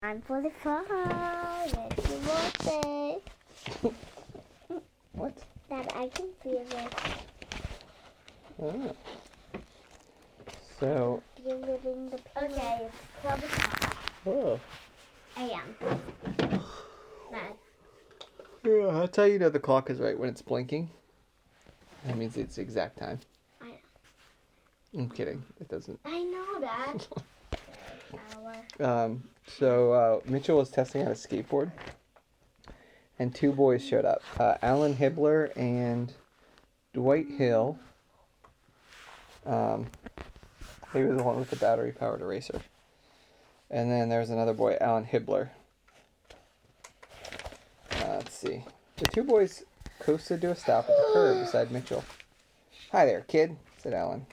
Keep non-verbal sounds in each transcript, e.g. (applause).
Time for the fun. Let's see what they. What's that? I can feel it. Ah. So, You're living the pain. Okay, it's 12 o'clock oh. a.m. Bad. Yeah, that's how you know the clock is right when it's blinking. That means it's the exact time. I know. I'm kidding. It doesn't. I know (laughs) that. Hour. Um, so uh, Mitchell was testing out a skateboard, and two boys showed up: uh, Alan Hibbler and Dwight Hill. Um, he was the one with the battery-powered eraser, and then there's another boy, Alan Hibbler. Uh, let's see. The two boys coasted to a stop at the curb beside Mitchell. "Hi there, kid," said Alan.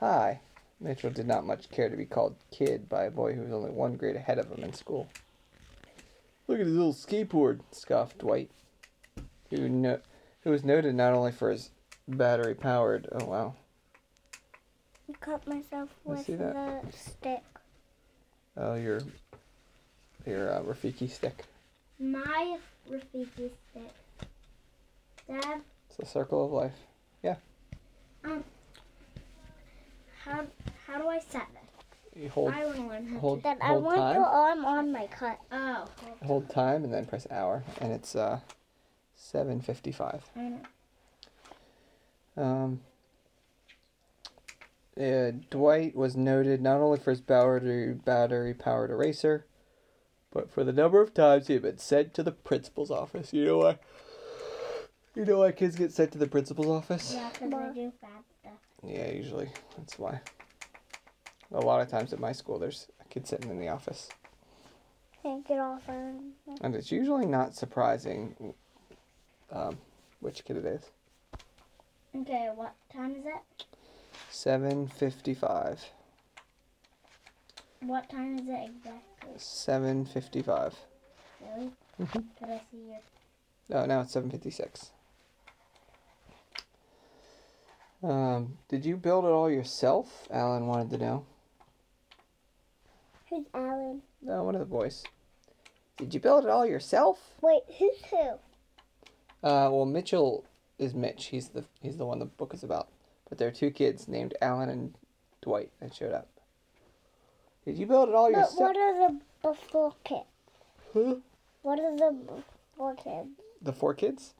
"Hi," Mitchell did not much care to be called kid by a boy who was only one grade ahead of him in school. Look at his little skateboard, scoffed Dwight, who, no- who was noted not only for his battery powered. Oh, wow. I cut myself You with see the that? stick. Oh, your, your uh, Rafiki stick. My Rafiki stick. Dad, It's the circle of life. How, how do I set this? You hold, I want to learn how hold, to. Dad, I hold want time. your arm on my cut. Oh, Hold time and then press hour, and it's uh, 7.55. I know. Um, uh, Dwight was noted not only for his battery battery powered eraser, but for the number of times he had been sent to the principal's office. You know why? You know why kids get sent to the principal's office? Yeah, because I do bad stuff. Yeah, usually. That's why. A lot of times at my school, there's a kid sitting in the office. Can't get off on. And it's usually not surprising um, which kid it is. Okay, what time is it? 7.55. What time is it exactly? 7.55. Really? Mhm. Could I see your? No, Oh, now it's seven fifty six. Um, did you build it all yourself? Alan wanted to know. Who's Alan? No, one of the boys. Did you build it all yourself? Wait, who's who? Uh, well, Mitchell is Mitch. He's the he's the one the book is about. But there are two kids named Alan and Dwight that showed up. Did you build it all But yourself? what are the before kids? Huh? What are the before kids? The four kids?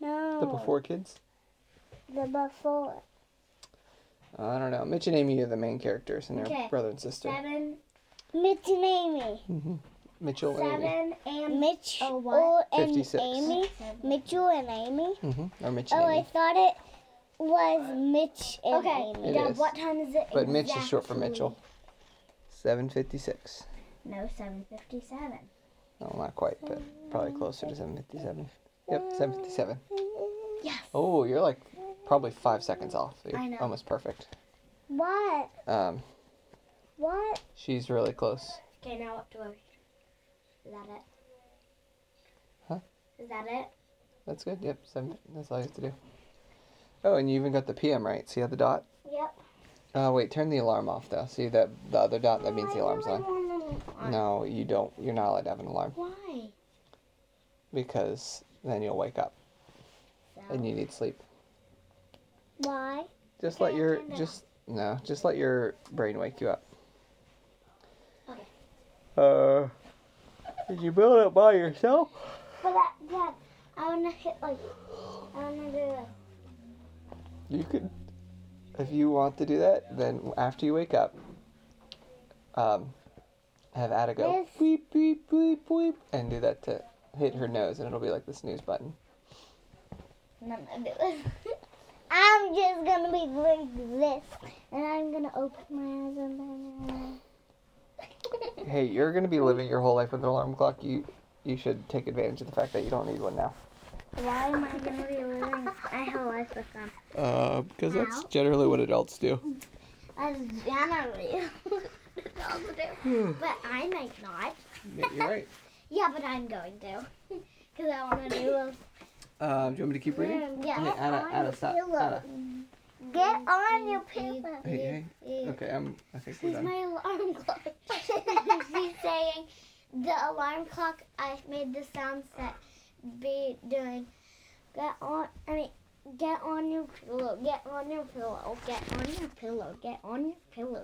No. Oh. The before kids? The before. I don't know. Mitch and Amy are the main characters, and they're Okay. brother and sister. Seven, Mitch and Amy. Mitchell and Amy. seven, and Mitch Oh, what? or and 56. Amy. Mitchell and Amy. Mm-hmm. Or Mitch and Oh, Amy. I thought it was Mitch and Okay, Amy. It now is. what time is it? But Mitch is short for exactly? Mitchell. Seven fifty six. No, seven fifty-seven. No, not quite, but probably closer to seven fifty seven. Yep, seven fifty seven. Yes. Oh, you're like probably five seconds off. You're I know. almost perfect. What? Um, What? she's really close. Okay, now what do I? Is that it? Huh? Is that it? That's good. Yep, seven. That's all you have to do. Oh, and you even got the PM right. See how the dot? Yep. Oh, wait. Turn the alarm off though. See that the other dot? That means the alarm's on. on. No, you don't. You're not allowed to have an alarm Why? because then you'll wake up and you need sleep. Why? Just Okay, let your turn it just no, just let your brain wake you up. Okay. Uh, did you build it by yourself? But that, Dad, I wanna hit like, I wanna do this. You could, if you want to do that, then after you wake up, um, have Ada go Yes. beep beep beep beep and do that to hit her nose, and it'll be like the snooze button. And then I do this. (laughs) I'm just gonna be doing this, and I'm gonna open my eyes and then. Hey, you're gonna be living your whole life with an alarm clock. You you should take advantage of the fact that you don't need one now. Why am I gonna be living my whole life with them? Uh, because that's generally what adults do. That's (laughs) generally what adults (sighs) do. But I might not. You're right. Yeah, but I'm going to. (laughs) Because I wanna do a Um, do you want me to keep reading? Yeah. Anna, Anna, stop. Anna. Get on your paper. Hey, hey. Okay, I'm. I think we're This is done. my alarm clock. (laughs) She's saying the alarm clock. I made the sounds that be doing. Get on. I mean, get on your pillow. Get on your pillow. Get on your pillow. Get on your pillow.